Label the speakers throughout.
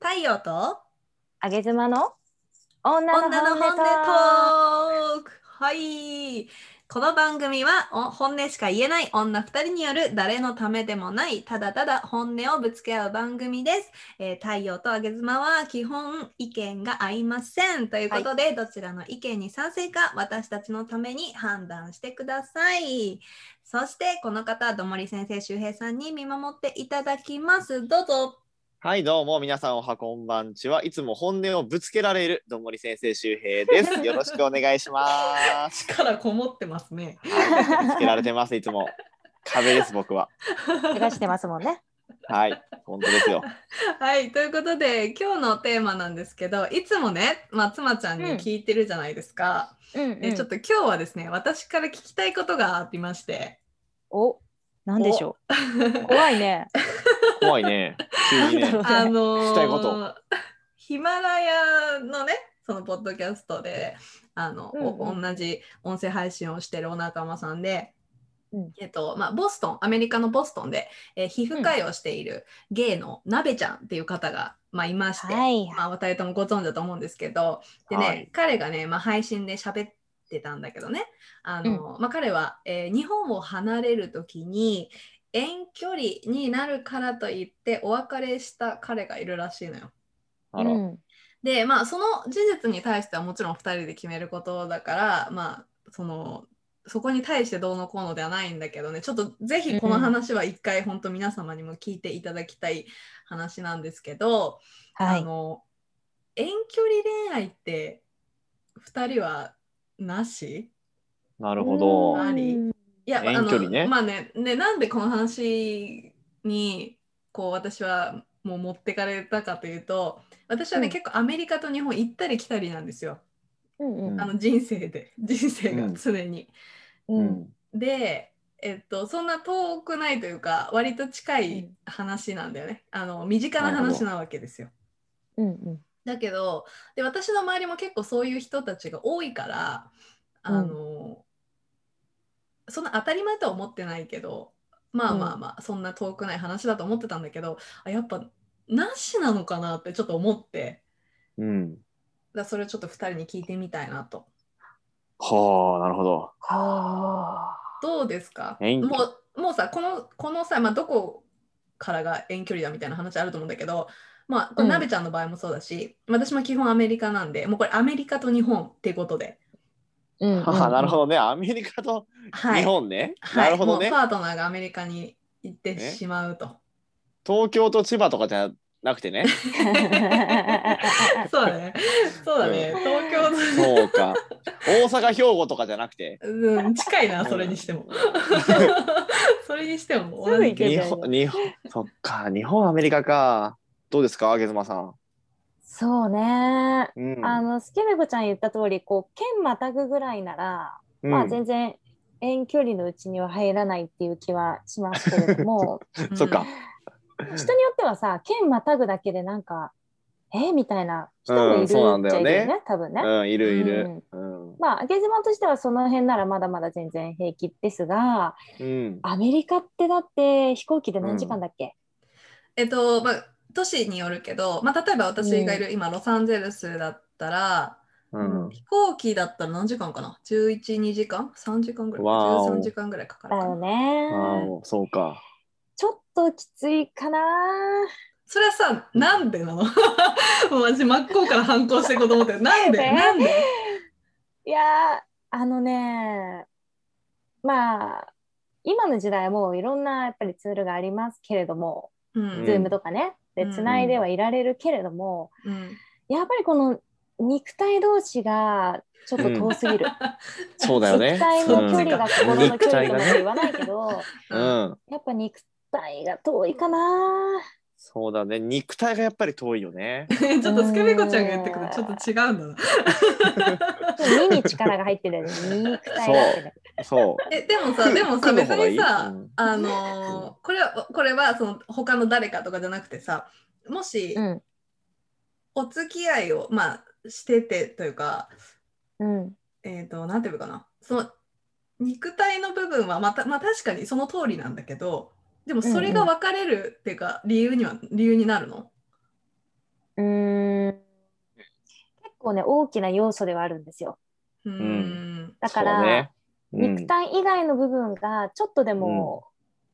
Speaker 1: 太陽と
Speaker 2: あげ妻の女の
Speaker 1: 女の
Speaker 2: 本音
Speaker 1: 本音トー
Speaker 2: と
Speaker 1: クはいこの番組はお本音しか言えない女2人による誰のためでもないただただ本音をぶつけ合う番組です、えー太陽とあげ妻は基本意見が合いませんということで、どちらの意見に賛成か私たちのために判断してくださいそしてこの方どもり先生周平さんに見守っていただきますどうぞ
Speaker 3: はい、どうも皆さんおはこんばんちは。いつも本音をぶつけられるどんもり先生周平です。 よろしくお願いします。
Speaker 1: 力こもってますね
Speaker 3: ぶつけられてます、いつも。壁です、僕は。
Speaker 2: 怪我してますもんね。
Speaker 3: はい、本当ですよ。
Speaker 1: はい、ということで今日のテーマなんですけどいつもね、まあ、妻ちゃんに
Speaker 2: うん
Speaker 1: 聞いてるじゃないですか、
Speaker 2: うん、
Speaker 1: でちょっと今日はですね私から聞きたいことがありまして
Speaker 2: お、なんでしょう。怖いね。
Speaker 3: 怖いね。急に
Speaker 2: なんだろ
Speaker 3: ね
Speaker 2: う。
Speaker 1: あのー
Speaker 3: 聞きたいこと
Speaker 1: ヒマラヤのねそのポッドキャストであの、お
Speaker 2: うんうん
Speaker 1: 同じ音声配信をしてるお仲間さんで、
Speaker 2: うん
Speaker 1: えっとまあ、ボストンアメリカのボストンで、えー皮膚科医をしている芸のなべちゃんっていう方が、まあ、いまして、
Speaker 2: はい
Speaker 1: まあ、お二人ともご存知だと思うんですけどでね、
Speaker 3: はい
Speaker 1: 彼がね、まあ、配信で喋ってたんだけどねあの、まあ、彼は、えー日本を離れる時に遠距離になるからといってお別れした彼がいるらしいのよ。
Speaker 3: あ
Speaker 2: う
Speaker 3: の、
Speaker 2: ん、
Speaker 1: でまあその事実に対してはもちろん2人で決めることだからまあそのそこに対してどうのこうのではないんだけどねちょっとぜひこの話は一回本当皆様にも聞いていただきたい話なんですけど、
Speaker 2: は
Speaker 1: あ
Speaker 2: い。
Speaker 1: の遠距離恋愛って2人はなし
Speaker 3: なるほ
Speaker 2: う
Speaker 3: ど。
Speaker 2: ん
Speaker 1: ありいや
Speaker 3: 遠距離ね
Speaker 1: あのまあねねなんでこの話にこう私はもう持ってかれたかというと私はね、
Speaker 2: うん
Speaker 1: 結構アメリカと日本行ったり来たりなんですよ、
Speaker 2: うん、
Speaker 1: あの人生で 人生が常に。
Speaker 2: う、
Speaker 3: うんん。
Speaker 1: でえっと、そんな遠くないというか割と近
Speaker 2: う
Speaker 1: い
Speaker 2: ん
Speaker 1: 話なんだよね、あの身近な
Speaker 3: なるほ
Speaker 1: 話
Speaker 3: ど
Speaker 1: なわけですよ。
Speaker 2: うん、うん、
Speaker 1: だけどで私の周りも結構そういう人たちが多いからあの、そんな当たり前とは思ってないけどまあまあまあ、そんな遠くない話だと思ってたんだけどあやっぱなしなのかなってちょっと思って
Speaker 3: うん。
Speaker 1: だからそれをちょっと2人に聞いてみたいなと
Speaker 3: はあ、なるほど。
Speaker 2: はあ。
Speaker 1: どうですか
Speaker 3: 遠距
Speaker 1: もうもうさこのこのさ、まあ、どこからが遠距離だみたいな話あると思うんだけどまあこれ
Speaker 2: うん
Speaker 1: なべちゃんの場合もそうだし、私も基本アメリカなんでもうこれアメリカと日本ってことで。
Speaker 2: うん、うん
Speaker 3: はあ、なるほどね。アメリカと
Speaker 1: はい、
Speaker 3: 日本ね。
Speaker 1: は、
Speaker 3: ないるほどね
Speaker 1: もう。パートナーがアメリカに行って
Speaker 3: ね
Speaker 1: しまうと。
Speaker 3: 東京と千葉とかじゃなくてね。
Speaker 1: そうだね。そうだね。
Speaker 3: う
Speaker 1: 東京の、
Speaker 3: そうか。大阪、兵庫とかじゃなく て。
Speaker 1: うん、近いな、それにして も。それにしても同
Speaker 2: すぐ
Speaker 1: じ
Speaker 2: 行ける
Speaker 3: 日
Speaker 2: じゃん
Speaker 3: 本、日本、そっか。日本、アメリカか。どうですか、あげずまさん。
Speaker 2: そうね。
Speaker 3: うん。
Speaker 2: あの、スケベコちゃん言った通り、こう、県またぐぐらいなら、
Speaker 3: うん
Speaker 2: まあ、全然。遠距離のうちには入らないっていう気はしますけれども、
Speaker 1: うん
Speaker 3: そっか。
Speaker 2: 人によってはさ県またぐだけでなんかえーみたいな人もいるっちゃいる
Speaker 3: うんそうな
Speaker 2: よね,、
Speaker 3: んだよね
Speaker 2: 多分ね。
Speaker 3: うん、いるいる。うん。
Speaker 2: まあ上げ妻としてはその辺ならまだまだ全然平気ですが
Speaker 3: うん。
Speaker 2: アメリカってだって飛行機で何時間だっけ、
Speaker 1: えっと、まあ、都市によるけど、まあ、例えば私がいる、今、ロサンゼルスだったら、
Speaker 3: うん。
Speaker 1: 飛行機だったら何時間かな ?11、2時間 ?3 時間ぐらい
Speaker 3: わお
Speaker 1: ?13 時間ぐらいかかる
Speaker 2: だ
Speaker 1: か
Speaker 2: よ
Speaker 1: な。
Speaker 2: ね、
Speaker 3: ああ、もうそうか。
Speaker 2: ちょっときついかな
Speaker 1: それはさ、なんでなの もう私、真っ向から反抗していこうと思ってる。なんで
Speaker 2: えー
Speaker 1: なんで
Speaker 2: いやーあのねまあ今の時代はもういろんなやっぱりツールがありますけれども、
Speaker 1: う
Speaker 2: ズー
Speaker 1: ん。
Speaker 2: ムとかね
Speaker 1: う
Speaker 2: で
Speaker 1: ん
Speaker 2: つないではいられるけれども、
Speaker 1: うん
Speaker 2: やっぱりこの肉体同士がちょっと遠すぎる。
Speaker 3: そうだよね
Speaker 2: 肉。体の距離が心の距離とまで
Speaker 3: うん
Speaker 2: 言わないけど、
Speaker 3: うん。
Speaker 2: やっぱ肉体が遠いかな。
Speaker 3: そうだね。肉体がやっぱり遠いよね。
Speaker 1: え ちょっとスケベコちゃんが言ってくるとちょっと違うんだな。
Speaker 2: でも身に力が入ってるよね。肉体が入ってる。
Speaker 3: そう。
Speaker 1: えでもさでもさ
Speaker 3: 服の
Speaker 1: 別
Speaker 3: 方がいい
Speaker 1: にさ、
Speaker 3: うん
Speaker 1: あのーこれはこれはその他の誰かとかじゃなくてさもし
Speaker 2: うん
Speaker 1: お付き合いをまあしててというか
Speaker 2: うん
Speaker 1: えっ、となんていうのかなその肉体の部分はまたまあ確かにその通りなんだけどでもそれが別れるっていうか理由には理由になるの、
Speaker 2: うね大きな要素ではあるんですよ。
Speaker 1: う。
Speaker 3: うん
Speaker 2: だか
Speaker 3: そ
Speaker 2: ら、
Speaker 3: うねうん
Speaker 2: 肉体以外の部分がちょっとでも、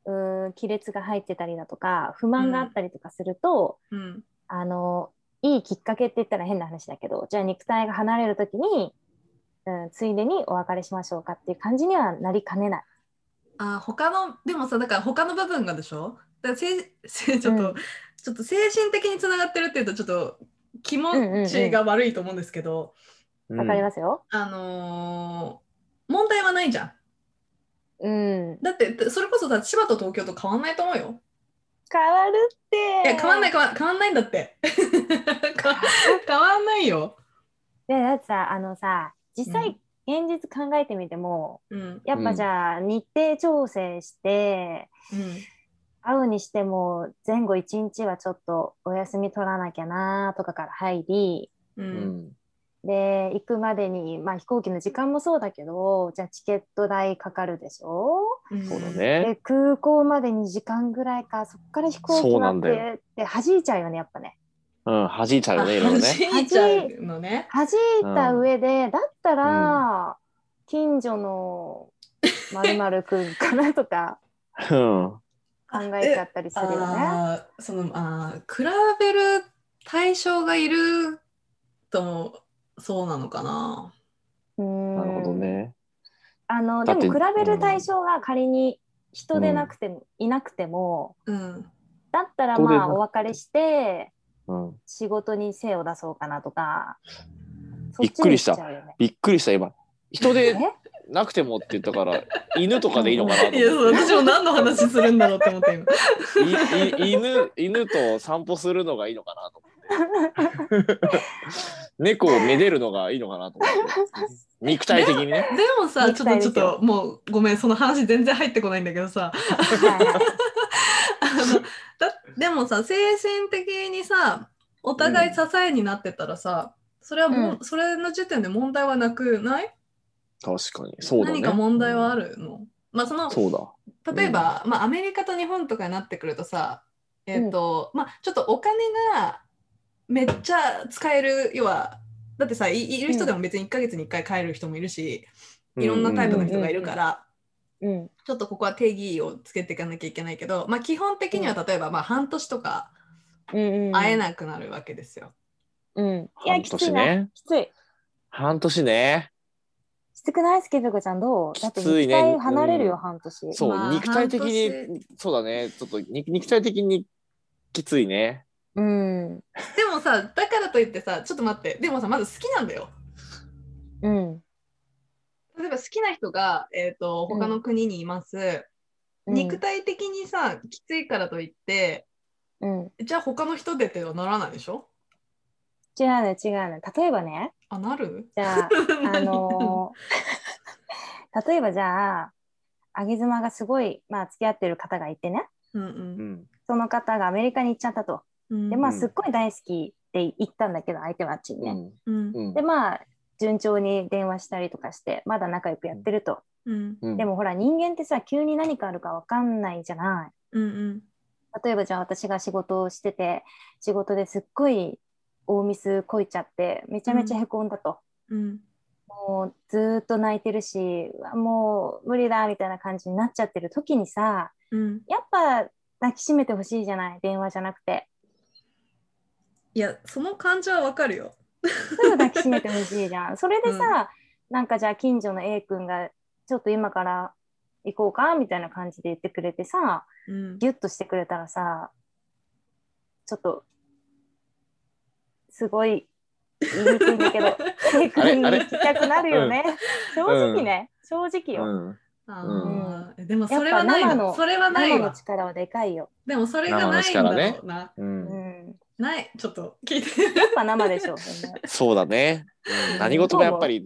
Speaker 2: うーん、亀裂が入ってたりだとか不満があったりとかすると、
Speaker 1: うん。
Speaker 2: あのいいきっかけって言ったら変な話だけどじゃあ肉体が離れる時に、うん、ついでにお別れしましょうかっていう感じにはなりかねない。
Speaker 1: あ他のでもさだから他の部分がでしょだからせいせいちょっと、
Speaker 2: うん
Speaker 1: ちょっと精神的につながってるっていうとちょっと気
Speaker 2: うんうんう
Speaker 1: 持ち
Speaker 2: ん
Speaker 1: が悪いと思うんですけど、
Speaker 2: わかりますよ、
Speaker 1: あのー問題はないじゃん
Speaker 2: うん、
Speaker 1: だってそれこそさ千葉と東京と変わんないと思うよ
Speaker 2: 変わるって
Speaker 1: いや変わんない
Speaker 2: い
Speaker 1: 変わん変わんないんだって か変わんないよ、
Speaker 2: やだってさあのさ実際現実考えてみても、
Speaker 1: うんうん
Speaker 2: やっぱじゃあ日程調整して、会うにしても前後1日はちょっとお休み取らなきゃなとかから入り
Speaker 1: う
Speaker 3: うんん
Speaker 2: で行くまでに、まあ、飛行機の時間もそうだけどじゃあチケット代かかるでしょ
Speaker 1: うん、
Speaker 3: そうだね
Speaker 2: で空港まで2時間ぐらいかそこから飛行
Speaker 3: そ
Speaker 2: 機
Speaker 3: うな
Speaker 2: 乗
Speaker 3: ん
Speaker 2: っ
Speaker 3: だよ
Speaker 2: てで弾いちゃうよねやっぱね
Speaker 3: うん弾いちゃう
Speaker 1: あ
Speaker 3: よねいろいろね
Speaker 1: 弾いちゃうのね
Speaker 2: 弾いた上で、だったら近所のまるまるくんかなと か
Speaker 3: うん
Speaker 2: 考えちゃったりするよね。
Speaker 1: あーそのあー比べる対象がいるともそうなのかな。
Speaker 2: うん
Speaker 3: なるほどね
Speaker 2: あの
Speaker 3: だ
Speaker 2: で
Speaker 3: っ
Speaker 2: も
Speaker 3: て
Speaker 2: 比べる対象が仮に人でなくて、いなくても
Speaker 1: うん。
Speaker 2: だったら
Speaker 3: 人で
Speaker 2: まあ
Speaker 3: なくて
Speaker 2: お別れして
Speaker 3: うん
Speaker 2: 仕事に精を出そうかなとか
Speaker 3: びっくりした
Speaker 2: そっちに行っちゃうよね
Speaker 3: びっくりした今人 で
Speaker 2: え
Speaker 3: なくてもって言ったから犬とかでいいのかなと
Speaker 1: いや、そう
Speaker 3: 思って
Speaker 1: 私も何の話するんだろうって思 って今。
Speaker 3: いい犬犬と散歩するのがいいのかなと思って猫をめでるのがいいのかなと思って肉体的にね
Speaker 1: でもさ、ちょっ
Speaker 2: 肉体
Speaker 1: と
Speaker 2: で
Speaker 1: ち
Speaker 2: す
Speaker 1: ょっ
Speaker 2: よ
Speaker 1: ともうごめん、その話全然入ってこないんだけどさ。
Speaker 2: はいはい
Speaker 1: あのだでもさ、精神的にさ、お互い支えになってたらさ、それはもう、それの時点で問題はなくない
Speaker 3: 確かにそうだ
Speaker 1: 何
Speaker 3: ね
Speaker 1: か問題はあるの、まあその
Speaker 3: そうだ
Speaker 1: 例えば、まあ、アメリカと日本とかになってくるとさ、えっとまあ、ちょっとお金がめっちゃ使える要はだってさいいる人でも別に1ヶ月に1回帰る人もいるし、いろんなタイプの人がいるから、
Speaker 2: うん
Speaker 1: ちょっとここは定義をつけていかなきゃいけないけど、まあ、基本的には例えば、まあ、半年とか
Speaker 2: うんうん、
Speaker 1: 会え
Speaker 2: い、
Speaker 1: なくなるわけですよ。
Speaker 2: うん、いや
Speaker 3: 半
Speaker 2: きつい
Speaker 3: 年
Speaker 2: な、
Speaker 3: ね
Speaker 2: きつい
Speaker 3: 半年ね
Speaker 2: きつくないスケベコちゃんどうだって
Speaker 3: きつい
Speaker 2: 肉
Speaker 3: ね
Speaker 2: 体離れるよ、半年
Speaker 3: そう、
Speaker 1: まあ
Speaker 3: 肉体的
Speaker 1: 半
Speaker 3: にそうだねちょっとに肉体的にきついね
Speaker 2: うん
Speaker 1: でもさだからといってさちょっと待ってでもさまず好きなんだよ。
Speaker 2: うん
Speaker 1: 例えば好きな人が、えー、と他の国にいます、肉体的にさきついからといって
Speaker 2: うん、うん、
Speaker 1: じゃあ他の人でってはならないでしょ
Speaker 2: 違うね違うね例えばね
Speaker 1: あなる
Speaker 2: じゃああのー例えばじゃああげ妻がすごい、まあ、付き合ってる方がいてね
Speaker 1: うん
Speaker 3: ん
Speaker 2: その方がアメリカに行っちゃったと
Speaker 1: うん
Speaker 2: でまあ
Speaker 3: うん
Speaker 2: すっごい大好きって言ったんだけど相手はあっちに
Speaker 3: う
Speaker 2: ね、
Speaker 3: ん
Speaker 1: うん
Speaker 3: うん
Speaker 2: でまあ順調に電話したりとかしてまだ仲良くやってると、
Speaker 1: うん
Speaker 3: うん
Speaker 2: でもほら人間ってさ急に何かあるかわかんないじゃない
Speaker 1: うん
Speaker 2: 例えばじゃあ私が仕事をしてて仕事ですっごい大ミスこいちゃってめちゃめちゃへこんだと、
Speaker 1: うん
Speaker 2: もうずーっと泣いてるしうわもう無理だみたいな感じになっちゃってる時にさ
Speaker 1: うん
Speaker 2: やっぱ抱きしめてほしいじゃない電話じゃなくて
Speaker 1: いやその感情はわかるよ
Speaker 2: すぐ抱きしめてほしいじゃんそれでさ、なんかじゃあ近所の A 君がちょっと今から行こうかみたいな感じで言ってくれてさ
Speaker 1: うん
Speaker 2: ギュッとしてくれたらさちょっとすごい言いにくいんだけど A 君に行きたくなるよね、正直ね、正直よ、
Speaker 3: うん
Speaker 1: あーでもそれはな
Speaker 2: やっぱ
Speaker 1: い
Speaker 2: 生の
Speaker 1: わそれはない
Speaker 2: 生の
Speaker 1: わ
Speaker 2: 力はでかいよ。
Speaker 1: でもそれがないんだろうな
Speaker 3: う
Speaker 2: うんん、
Speaker 1: ないちょっと聞いて
Speaker 2: やっぱ生でしょ。そんな
Speaker 3: そうだね、うん何事もやっぱり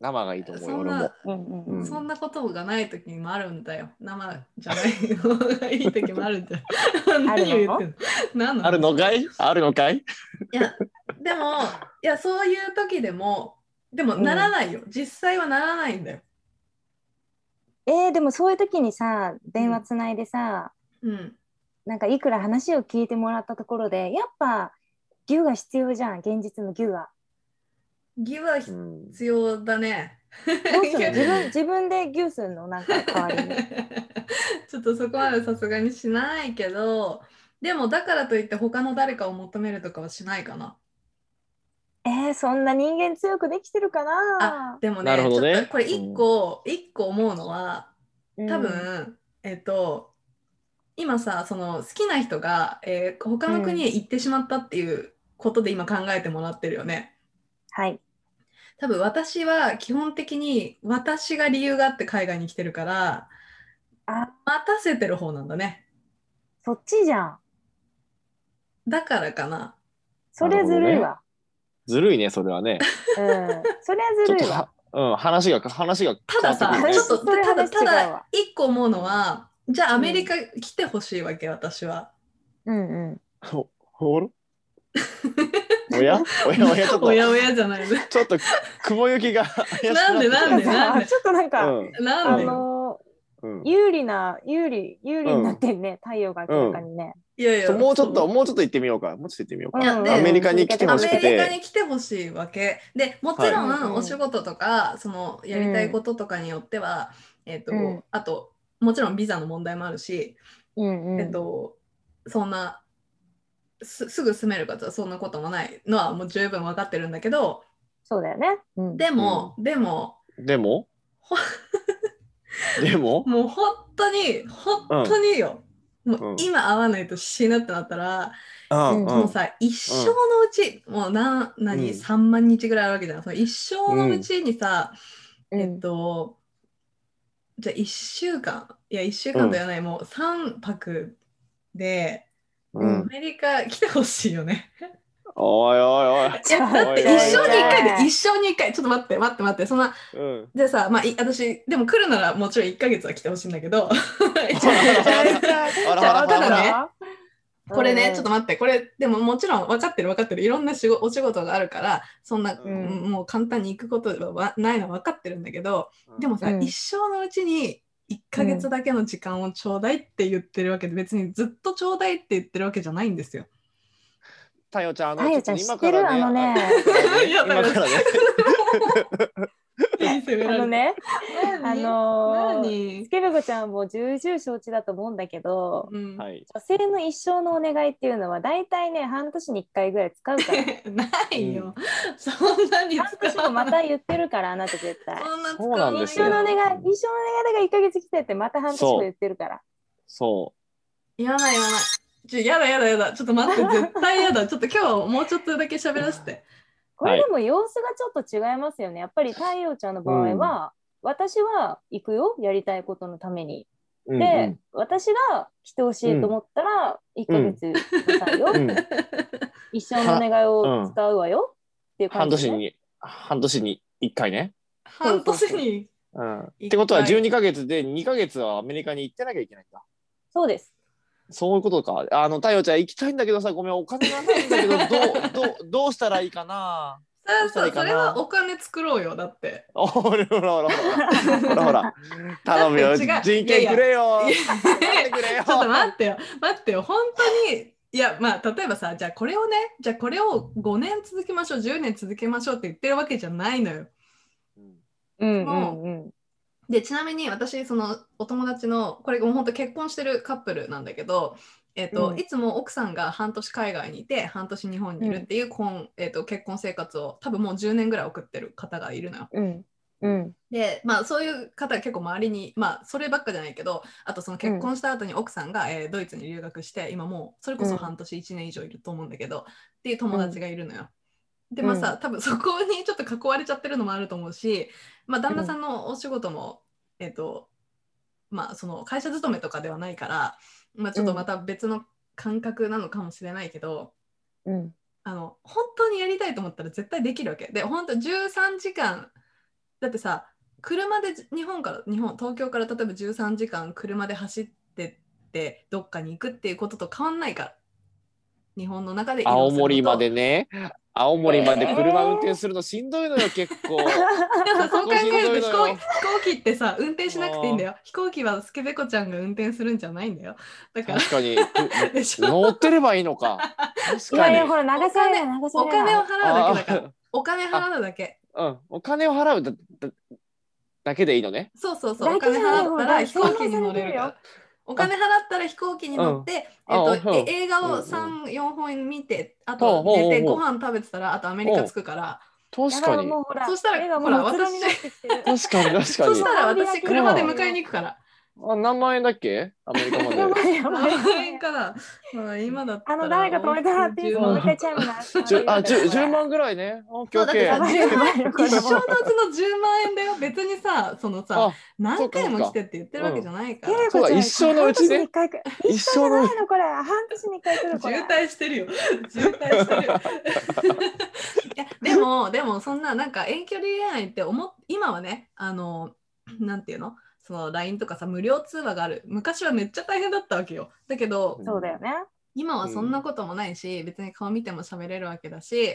Speaker 3: 生がいいと思うよ
Speaker 1: そん
Speaker 3: 俺も
Speaker 1: な
Speaker 2: うんうんう。
Speaker 3: うん
Speaker 1: そんなことがない時もあるんだよ生じゃない方がいい時もあるんだよ
Speaker 2: ある
Speaker 1: 何
Speaker 2: の
Speaker 1: を言ってんの何なの
Speaker 3: あるのかいあるのかい
Speaker 1: いやでもいやそういう時でもでもならないよ、実際はならないんだよ、
Speaker 2: えー、でもそういう時にさ、電話つないでさ、
Speaker 1: うん、
Speaker 2: なんかいくら話を聞いてもらったところで、やっぱ牛が必要じゃん、現実の牛が。
Speaker 1: ギブは必
Speaker 3: うん
Speaker 1: 要だね。
Speaker 2: どうす るの自分自分で牛すんのなんか代わりに。
Speaker 1: ちょっとそこまでさすがにしないけど、でもだからといって他の誰かを求めるとかはしないかな。
Speaker 2: えー、そんな人間強くできてるかな
Speaker 1: でもね、
Speaker 3: なるほどね
Speaker 1: ちょっとこれ一個、一個思うのは、多分、えっと、今さ、その好きな人が、えー他の国へ行ってしまったっていうことで今考えてもらってるよね。
Speaker 2: はい。
Speaker 1: 多分私は基本的に私が理由があって海外に来てるから、
Speaker 2: あ
Speaker 1: 待たせてる方なんだね。
Speaker 2: そっちじゃん。
Speaker 1: だからかな。
Speaker 2: それずるいわ。
Speaker 3: ずるいね、それはね。
Speaker 2: うん。それは
Speaker 3: ち
Speaker 2: ず
Speaker 3: ょ
Speaker 2: る
Speaker 3: っと
Speaker 2: いわ
Speaker 3: は。、うん、話が、話が
Speaker 1: た
Speaker 3: 変わ
Speaker 1: だ
Speaker 3: って
Speaker 1: さ
Speaker 3: くるね。、
Speaker 2: 話
Speaker 1: ちょっと
Speaker 2: それ
Speaker 1: ただ
Speaker 2: 話
Speaker 1: た
Speaker 2: 違う
Speaker 1: だ
Speaker 2: わ
Speaker 1: 一個思うのは、じゃあアメリカ来てほしいわけ、私は。
Speaker 2: うんうん。
Speaker 3: ほほろ おやおやおやちょっと
Speaker 1: おやおやじゃないの
Speaker 3: ちょっと雲行きが怪し く
Speaker 1: なんで なんでなんで
Speaker 2: ちょっとなんか、
Speaker 3: うん
Speaker 1: なん
Speaker 2: あ
Speaker 1: で、
Speaker 2: の
Speaker 3: うん
Speaker 2: ー、有利な、有利、有利になってるね、太陽が明らかにね。
Speaker 1: いやい
Speaker 3: ちょ
Speaker 1: や、
Speaker 3: もうちょっともうちょっと行ってみようかもうちょっと行ってみよ
Speaker 2: う
Speaker 3: うか、
Speaker 2: ん
Speaker 1: や
Speaker 2: うん
Speaker 1: アメ
Speaker 3: リカに来て
Speaker 1: ア
Speaker 3: 欲し
Speaker 1: メ
Speaker 3: く
Speaker 1: リ
Speaker 3: て
Speaker 1: カに来てほしいわけでもちろ
Speaker 2: はいうん
Speaker 1: ん
Speaker 2: うん
Speaker 1: お仕事とか、そのやりたいこととかによっては、えっ、と、
Speaker 2: うん
Speaker 1: あともちろんビザの問題もあるし、
Speaker 2: うんうん。
Speaker 1: えっ、とそんなすすぐ住めるかとはそんなこともないのはもう十分分かってるんだけど
Speaker 2: そうだよね。うん、
Speaker 1: でも、でも
Speaker 3: でもでも
Speaker 1: もう本当に本当によ、もう
Speaker 3: うん
Speaker 1: 今会わないと死ぬってなったら、
Speaker 3: うん
Speaker 2: うん
Speaker 1: もうさ一生のうち、もう何何、
Speaker 3: うん
Speaker 1: 3万日ぐらいあるわけじゃんその一生のうちにさ、
Speaker 2: うん、
Speaker 1: えっとじゃあ1週間いや1週間と言わない、もう3泊で
Speaker 3: う
Speaker 1: ア
Speaker 3: ん、
Speaker 1: メリカ来てほしいよね。
Speaker 3: おいおい
Speaker 2: ちょっと
Speaker 1: だって
Speaker 3: いやい
Speaker 1: 一
Speaker 3: や
Speaker 1: 生に
Speaker 3: いや
Speaker 1: 一回で一生に一回ちょっと待って待って待ってそんな
Speaker 3: おい、うん、
Speaker 1: でさまあい私でも来るならもちろん1ヶ月は来てほしいんだけ ど
Speaker 3: あらあらあら
Speaker 1: た だね
Speaker 2: うん
Speaker 1: これねちょっと待ってこれでももちろん分かってる分かってるいろんな仕事お仕事があるからそんな、
Speaker 3: うん
Speaker 1: もう簡単に行くことはないのは分かってるんだけどでもさ、
Speaker 2: うん
Speaker 1: 一生のうちに1ヶ月だけの時間をちょうだいって言ってるわけで別にずっとちょうだいって言ってるわけじゃないんですよ。
Speaker 3: 太陽ちゃんあの
Speaker 2: 太陽ちゃん知ってる、あのね。
Speaker 1: い
Speaker 3: 今
Speaker 1: やだから
Speaker 3: からね
Speaker 2: あのね、あのー、
Speaker 1: 何
Speaker 2: スケベコちゃんも重々承知だと思うんだけど、
Speaker 1: うん
Speaker 3: はい
Speaker 2: 女性の一生のお願いっていうのは大体ね、半年に1回ぐらい使 うから。
Speaker 1: ないよ、そんなに
Speaker 2: 半年もまた言ってるから、あなた絶対。
Speaker 1: そんな使
Speaker 3: そうなんで
Speaker 2: 一
Speaker 3: す
Speaker 2: 生
Speaker 3: よ
Speaker 2: のお願い、一生のお願いだから1ヶ月来てって、また半年も言ってるから。
Speaker 3: そ
Speaker 1: 言わない言わないちょやだやだやだちょっと待って絶対やだちょっと今日はもうちょっとだけ喋らせて
Speaker 2: これでも様子がちょっと違いますよね。やっぱり太陽ちゃんの場合は、私は行くよ、やりたいことのために。
Speaker 3: う、うん
Speaker 2: で、私が来てほしいと思ったら、1ヶ月くださいよ、
Speaker 3: うんうん、
Speaker 2: 一生のお願いを使うわよ、っていう
Speaker 3: 半
Speaker 2: 感じ、
Speaker 3: 年
Speaker 2: ね。
Speaker 3: に半年に一回ね、
Speaker 1: 半年に
Speaker 3: うん、っ
Speaker 1: 一回
Speaker 3: てことは12ヶ月で2ヶ月はアメリカに行ってなきゃいけないんだ
Speaker 2: そうです。
Speaker 3: そういうことか。あの、太陽ちゃん行きたいんだけどさ、ごめん、お金がないんだけど、どう、どう、どうしたらいいかな。
Speaker 1: そうそうそれはお金作ろうよだって
Speaker 3: おほらほらほらほらほらほら頼む
Speaker 1: だ
Speaker 3: よ
Speaker 1: って
Speaker 3: 人
Speaker 1: 違う
Speaker 3: 件くれよ
Speaker 1: いやいや
Speaker 3: 頑張ってくれよ
Speaker 1: ちょっと待ってよ待ってよ本当にいやまあ例えばさじゃあこれをねじゃあこれを5年続けましょう10年続けましょうって言ってるわけじゃないのよ
Speaker 3: うん
Speaker 2: うんうんうん。
Speaker 1: でちなみに私そのお友達のこれもう本当結婚してるカップルなんだけど、えっと
Speaker 2: うん
Speaker 1: いつも奥さんが半年海外にいて半年日本にいるっていう、こんえっと結婚生活を多分もう10年ぐらい送ってる方がいるのよ。
Speaker 2: うんうん
Speaker 1: でまあそういう方が結構周りにまあそればっかじゃないけどあとその結婚した後に奥さんが、えードイツに留学して今もうそれこそ半年1年以上いると思うんだけど、っていう友達がいるのよ。でまあさ多分そこにちょっと囲われちゃってるのもあると思うし、まあ、旦那さんのお仕事も、えっとまあその会社勤めとかではないから、まあ、ちょっとまた別の感覚なのかもしれないけど。
Speaker 2: うん
Speaker 1: あの本当にやりたいと思ったら絶対できるわけで本当13時間だってさ車で日本から日本東京から例えば13時間車で走ってってどっかに行くっていうことと変わんないから日本の中で移動するの
Speaker 3: 青
Speaker 1: と
Speaker 3: 森までね青森まで車運転するのしんどいのよ結構
Speaker 1: だからそう考えると飛
Speaker 3: そ
Speaker 1: 行機
Speaker 3: こしんどいの
Speaker 1: 飛
Speaker 3: よ
Speaker 1: 行機ってさ運転しなくていいんだよ飛行機はスケベコちゃんが運転するんじゃないんだよだから
Speaker 3: 確かに
Speaker 1: でしょ
Speaker 3: 乗ってれば
Speaker 1: お
Speaker 3: いばいいのか確
Speaker 2: いやい
Speaker 3: か
Speaker 2: や
Speaker 3: に
Speaker 2: ほら流されない流されない
Speaker 1: 金を払うだけだから
Speaker 3: あ
Speaker 1: お金払うだけ。
Speaker 3: うん、お金を払うだだだけでいいのね。
Speaker 1: そうそうそう。お
Speaker 2: だけ
Speaker 1: 金
Speaker 2: じゃな
Speaker 1: 払っ
Speaker 2: い
Speaker 1: たら飛
Speaker 2: 方
Speaker 1: 行
Speaker 2: が
Speaker 1: 機に乗れるから。お金払ったら飛行機に乗って、
Speaker 3: うんあ
Speaker 1: えっと、
Speaker 3: うん
Speaker 1: え映画
Speaker 3: うんう
Speaker 1: を
Speaker 3: ん
Speaker 1: 3、4本見て、あと寝
Speaker 3: う
Speaker 1: て
Speaker 3: んうんう
Speaker 1: ご
Speaker 3: ん
Speaker 1: 飯食べてたら、あとアメリカ着くから、
Speaker 3: 確
Speaker 2: や
Speaker 3: か
Speaker 2: ばい
Speaker 3: に。
Speaker 2: もうほら
Speaker 1: そしたら
Speaker 2: 絵がも
Speaker 1: ほら
Speaker 2: ううつろになってきてる
Speaker 3: 確かに確か
Speaker 1: そ
Speaker 3: に
Speaker 1: したら私、車で迎えに行くから。
Speaker 3: あ。何万円だっけアメリカまで
Speaker 2: や。ばいやばい
Speaker 1: 何万円かな。まあ、今だった
Speaker 2: あ
Speaker 1: ら。
Speaker 2: の誰か止めたらっていう
Speaker 1: 10
Speaker 2: のもう
Speaker 1: 万
Speaker 2: 一回チャイムが
Speaker 3: じゅあ、十十万ぐらいね。オッケー
Speaker 1: そう
Speaker 3: オッ
Speaker 1: だっ
Speaker 3: ケ
Speaker 1: て
Speaker 2: や
Speaker 1: さ
Speaker 3: ー。
Speaker 2: ばいやばいこ
Speaker 1: 一
Speaker 2: れ
Speaker 1: 生のうちの
Speaker 2: も
Speaker 1: 10万円だよ。別にさ、そのさ、
Speaker 3: あ、
Speaker 1: 何回も来てって言ってるわけじゃないから。
Speaker 3: そうだ一生のうちね
Speaker 2: 半年に一回来る
Speaker 3: 一
Speaker 2: 一生
Speaker 3: 生
Speaker 2: じゃ
Speaker 3: の
Speaker 2: ないのこれ半年に一回来るこれ
Speaker 1: 渋滞して るよ。渋滞してるよ。 いやでもでもそんななんか遠距離恋愛って思っ今はねあのなんていうのその LINE とかさ無料通話がある昔はめっちゃ大変だったわけよだけど
Speaker 2: そうだよね
Speaker 1: 今はそんなこともないし、別に顔見ても喋れるわけだし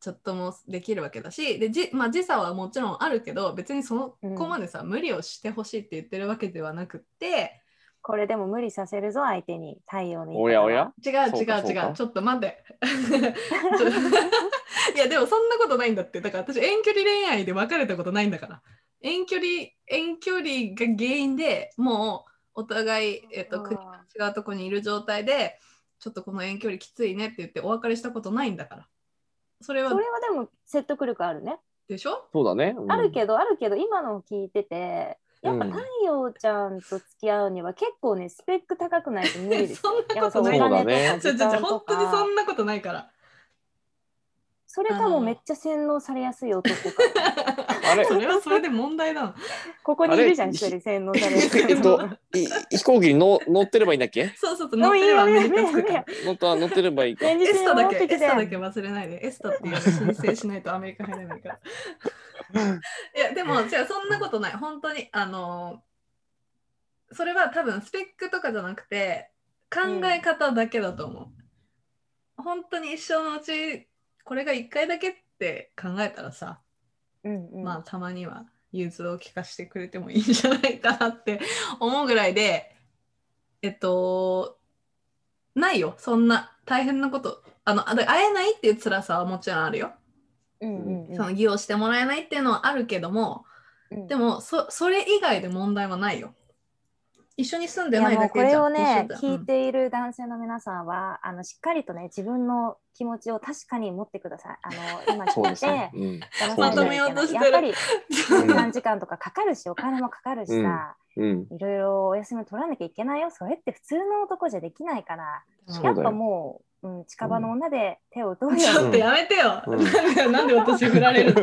Speaker 1: ちょっともできるわけだしでじ、まあ、時差はもちろんあるけど別にそこまでさ、無理をしてほしいって言ってるわけではなくって
Speaker 2: これでも無理させるぞ相手に太陽に
Speaker 3: おやおや。
Speaker 1: 違う
Speaker 3: そ
Speaker 1: 違う
Speaker 3: うかそう
Speaker 1: 違
Speaker 3: か
Speaker 1: うちょっと待って ちょいやでもそんなことないんだってだから私遠距離恋愛で別れたことないんだから遠距離遠距離が原因でもうお互い、えっと、国
Speaker 2: あ
Speaker 1: 違うとこにいる状態でちょっとこの遠距離きついねって言ってお別れしたことないんだからそれは
Speaker 2: それはでも説得力あるね
Speaker 1: でしょ
Speaker 3: そうだね。
Speaker 2: あるけどあるけど今のを聞いててやっぱ
Speaker 3: うん
Speaker 2: 太陽ちゃんと付き合うには結構ねスペック高くないと無理ですよ
Speaker 1: そんなことない
Speaker 2: やっぱお金
Speaker 3: そうだね
Speaker 1: ちょ
Speaker 2: と
Speaker 1: ち
Speaker 2: か
Speaker 1: ょ
Speaker 2: 時
Speaker 1: ち
Speaker 2: 間
Speaker 1: ょ
Speaker 2: と
Speaker 1: 本
Speaker 2: か
Speaker 1: 当にそんなことないから
Speaker 2: それかもめっちゃ洗脳されやすい男か
Speaker 3: あ れ
Speaker 1: それはそれで問題なの
Speaker 2: ここにいるじゃ
Speaker 3: あ
Speaker 2: ん
Speaker 3: れ
Speaker 2: 一人洗脳され
Speaker 3: え
Speaker 2: る
Speaker 3: っと、い飛行機にの乗ってればいいんだっけ
Speaker 1: そうそうそう乗
Speaker 2: も
Speaker 1: っ
Speaker 2: うい
Speaker 1: て
Speaker 2: い
Speaker 1: れば
Speaker 2: よ
Speaker 1: ア
Speaker 2: いい
Speaker 1: メ
Speaker 2: よい
Speaker 1: リ
Speaker 2: い
Speaker 1: カ
Speaker 2: よ
Speaker 1: 着くから
Speaker 2: いいよ
Speaker 3: 乗った乗ってればいいか。
Speaker 2: 現
Speaker 1: エ
Speaker 2: 実
Speaker 1: ス
Speaker 2: に
Speaker 1: タだ
Speaker 2: 戻
Speaker 1: け、
Speaker 2: って
Speaker 1: エ
Speaker 2: き
Speaker 1: ス
Speaker 2: て
Speaker 1: タだけ忘れないで、エスタっていう申請しないとアメリカ入れないから。 いや、でも、違う、そんなことない。本当に、あのーそれは多分スペックとかじゃなくて、考え方だけだと思う。本当に一生のうち、これが一回だけって考えたらさ、
Speaker 2: うんうん
Speaker 1: まあ、たまには融通を聞かせてくれてもいいんじゃないかなって 思うぐらいで、えっと、ないよ、そんな大変なこと。あの、あで会えないっていう辛さはもちろんあるよ。
Speaker 2: うんうんうん
Speaker 1: その義をしてもらえないっていうのはあるけども、
Speaker 2: うん
Speaker 1: でもそ、それ以外で問題はないよ。一緒に住んで
Speaker 2: いや
Speaker 1: ない
Speaker 2: も
Speaker 1: だ
Speaker 2: うこ
Speaker 1: けじ
Speaker 2: れ
Speaker 1: ゃ
Speaker 2: を
Speaker 1: ん。
Speaker 2: ね
Speaker 1: 一緒じゃん
Speaker 2: 聞いている男性の皆さんは、あのしっかりとね自分の気持ちを確かに持ってください。あの 今
Speaker 3: そう
Speaker 2: 聞
Speaker 3: で
Speaker 2: い
Speaker 3: す
Speaker 2: て、
Speaker 3: ね。うん
Speaker 2: 騙
Speaker 3: まと
Speaker 2: さ
Speaker 1: め
Speaker 2: れ
Speaker 1: よ
Speaker 2: な
Speaker 1: うと
Speaker 2: いとい
Speaker 1: してる
Speaker 2: けないやっぱり
Speaker 3: うん
Speaker 2: 3時間とかかかるしお金もかかるしさ、
Speaker 3: うん。
Speaker 2: いろいろお休み取らなきゃいけないよそれって普通の男じゃできないから
Speaker 1: うん
Speaker 3: そ
Speaker 2: や
Speaker 3: う
Speaker 2: っ
Speaker 3: だ
Speaker 2: ぱ
Speaker 3: よ。
Speaker 2: もう、うん、近場の女で手を打とうよ、
Speaker 1: ちょっとやめてよ。
Speaker 3: う
Speaker 1: なんで私振られるの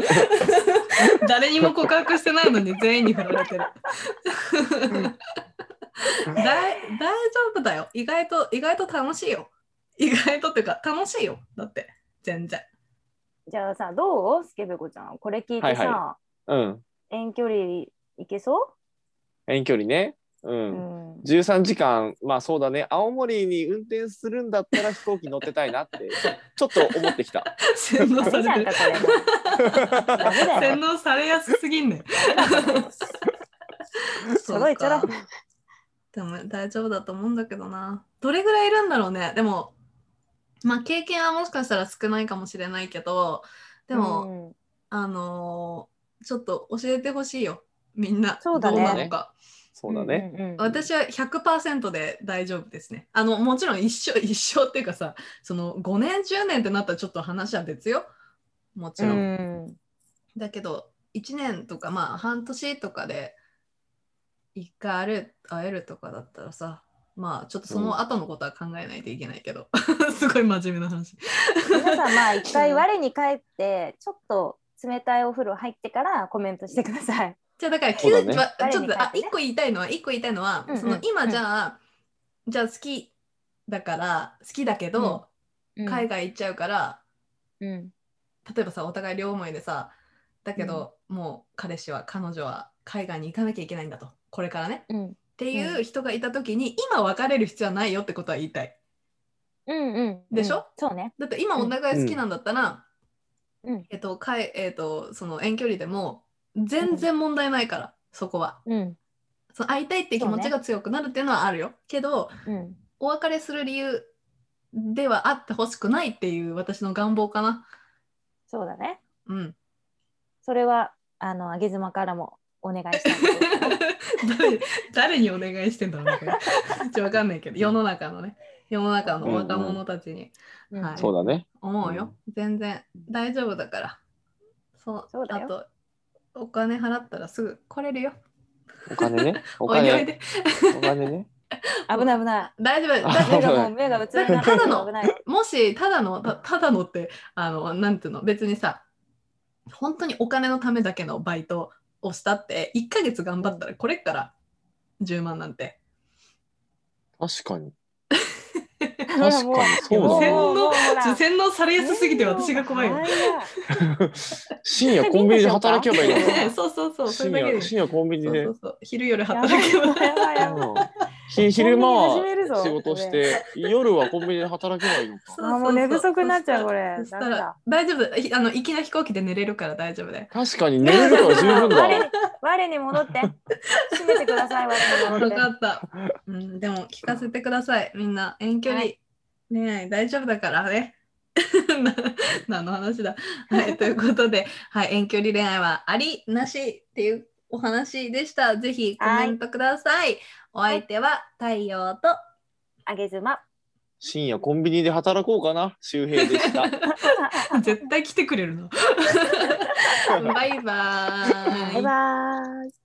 Speaker 1: 誰にも告白してないのに全員に振られてる。 だい大丈夫だよ。意外と意外と楽しいよ。意外とっていうか楽しいよ。だって全 然。
Speaker 2: じゃあさどうスケベ子ちゃんこれ聞いてさ、
Speaker 3: はいうん。
Speaker 2: 遠距離いけそ
Speaker 3: 遠距離ね。う。
Speaker 2: う、うんん
Speaker 3: 13時間、まあそうだね。青森に運転するんだったら飛行機乗ってたいなって、ちょちょっと思ってきた。
Speaker 1: 洗脳
Speaker 2: ダ
Speaker 1: さ
Speaker 2: メ
Speaker 1: れ
Speaker 2: じゃ
Speaker 1: て
Speaker 2: ん
Speaker 1: る
Speaker 2: か。これもダメだよ
Speaker 1: 洗脳されやすすぎんねん。
Speaker 2: すごいちょろい
Speaker 1: そうかでも大丈夫だと思うんだけどな。どれぐらいいるんだろうね。でも、まあ経験はもしかしたら少ないかもしれないけど、でも、
Speaker 2: うん
Speaker 1: あのーちょっと教えてほしいよ。みんな。
Speaker 2: そうだね
Speaker 1: どうなのか。
Speaker 3: そうだね。。
Speaker 2: んうんうん
Speaker 1: 私は100%で大丈夫ですね。あの、もちろん一生、一生っていうかさ、その5年、10年ってなったらちょっと話は別よ。もち
Speaker 2: う
Speaker 1: ろん。
Speaker 2: ん
Speaker 1: だけど、1年とか、まあ半年とかで、一回会える会えるとかだったらさ、まあちょっとその後のことは考えないといけないけど、 すごい真面目な話。
Speaker 2: 皆さんまあ一回我に返ってちょっと冷たいお風呂入ってからコメントしてください。
Speaker 1: じゃあだから、
Speaker 3: そうだね
Speaker 1: きゅうわちょっと、あ
Speaker 2: 誰に書いてね
Speaker 1: 一個言いたいのは一個言いたいのは、
Speaker 2: うんうん
Speaker 1: その今じゃあ、じゃあ好きだから好きだけど、海外行っちゃうから、
Speaker 2: うん
Speaker 1: 例えばさお互い両思いでさだけど、もう彼氏は彼女は海外に行かなきゃいけないんだとこれからね
Speaker 2: うん
Speaker 1: っていう人がいた時に、今別れる必要はないよってことは言いたい
Speaker 2: うんうん。
Speaker 1: でしょ？
Speaker 2: そうね。
Speaker 1: だって今お互い好きなんだったら、
Speaker 2: うん
Speaker 1: えっとかいえっとその遠距離でも全然問題ないから、そこは
Speaker 2: うん
Speaker 1: その会いたいって気持ちが強くなるっていうのはあるよ、けど
Speaker 2: うん。
Speaker 1: お別れする理由ではあってほしくないっていう私の願望かな
Speaker 2: そうだね。
Speaker 1: うん。
Speaker 2: それはあのあげ妻からもお願いしたんですけど
Speaker 1: 誰誰にお願いしてんだろうねこれ。ちょっとわかんないけど、世の中のね、世の中の若者たちに
Speaker 2: うん
Speaker 1: はい
Speaker 3: そうだね。
Speaker 1: 思うよ。全然大丈夫だから。そう。
Speaker 2: そうだ
Speaker 1: あ
Speaker 2: よ
Speaker 1: と、お金払ったらすぐ来れるよ。
Speaker 3: お金 ね。お
Speaker 1: おいでおい
Speaker 3: 金。
Speaker 1: で。
Speaker 3: お金ね。
Speaker 2: 危ない危な
Speaker 1: 大丈夫。
Speaker 2: い。目
Speaker 1: だ
Speaker 2: がもう目がうつろになって
Speaker 1: た
Speaker 2: る
Speaker 1: だの
Speaker 2: 危ないよ。
Speaker 1: もしただのた、ただのって、あの、なんていうの、別にさ、本当にお金のためだけのバイトをしたって、1ヶ月頑張ったら、これから10万なんて。
Speaker 3: 確かに。
Speaker 2: 確
Speaker 3: 確かにそうだ
Speaker 1: ねちょ
Speaker 2: ね。
Speaker 1: 洗脳されやすすぎて私が怖いよ。
Speaker 3: 深夜コンビニで働けばいいの か
Speaker 2: ね
Speaker 1: そうそうそう、
Speaker 3: な。
Speaker 1: それ
Speaker 3: 深
Speaker 1: だけで
Speaker 3: 夜深夜コンビニ
Speaker 1: そう
Speaker 3: で
Speaker 1: そう。そう昼夜
Speaker 2: やば
Speaker 1: 働けば。
Speaker 2: いやばいやばい
Speaker 3: うんひ昼間
Speaker 2: コンビニ始める
Speaker 3: は
Speaker 2: ぞ
Speaker 3: 仕事して夜はコンビニで働けばいいのか
Speaker 1: そ。
Speaker 2: あーもう寝不足になっちゃうこれ
Speaker 1: そしたら
Speaker 2: ダメだ
Speaker 1: 大丈夫ひあの行きの飛行機で寝れるから大丈夫だよ。
Speaker 3: 確かに寝れるから十 分
Speaker 2: 我に
Speaker 3: だ。
Speaker 2: 我に戻って閉めてください我に戻
Speaker 1: 分
Speaker 2: って
Speaker 1: かった、うん。でも聞かせてくださいみんな遠距離、
Speaker 2: は
Speaker 1: 恋愛大丈夫だからね。 な何の話だ、 はい、ということで、はい、遠距離恋愛はありなしっていうお話でした。ぜひコメントください。お相手は太陽 と
Speaker 2: あげ妻
Speaker 3: 深夜コンビニで働こうかな。周平でした。
Speaker 1: 絶対来てくれるの。バイバー
Speaker 2: バイバーイ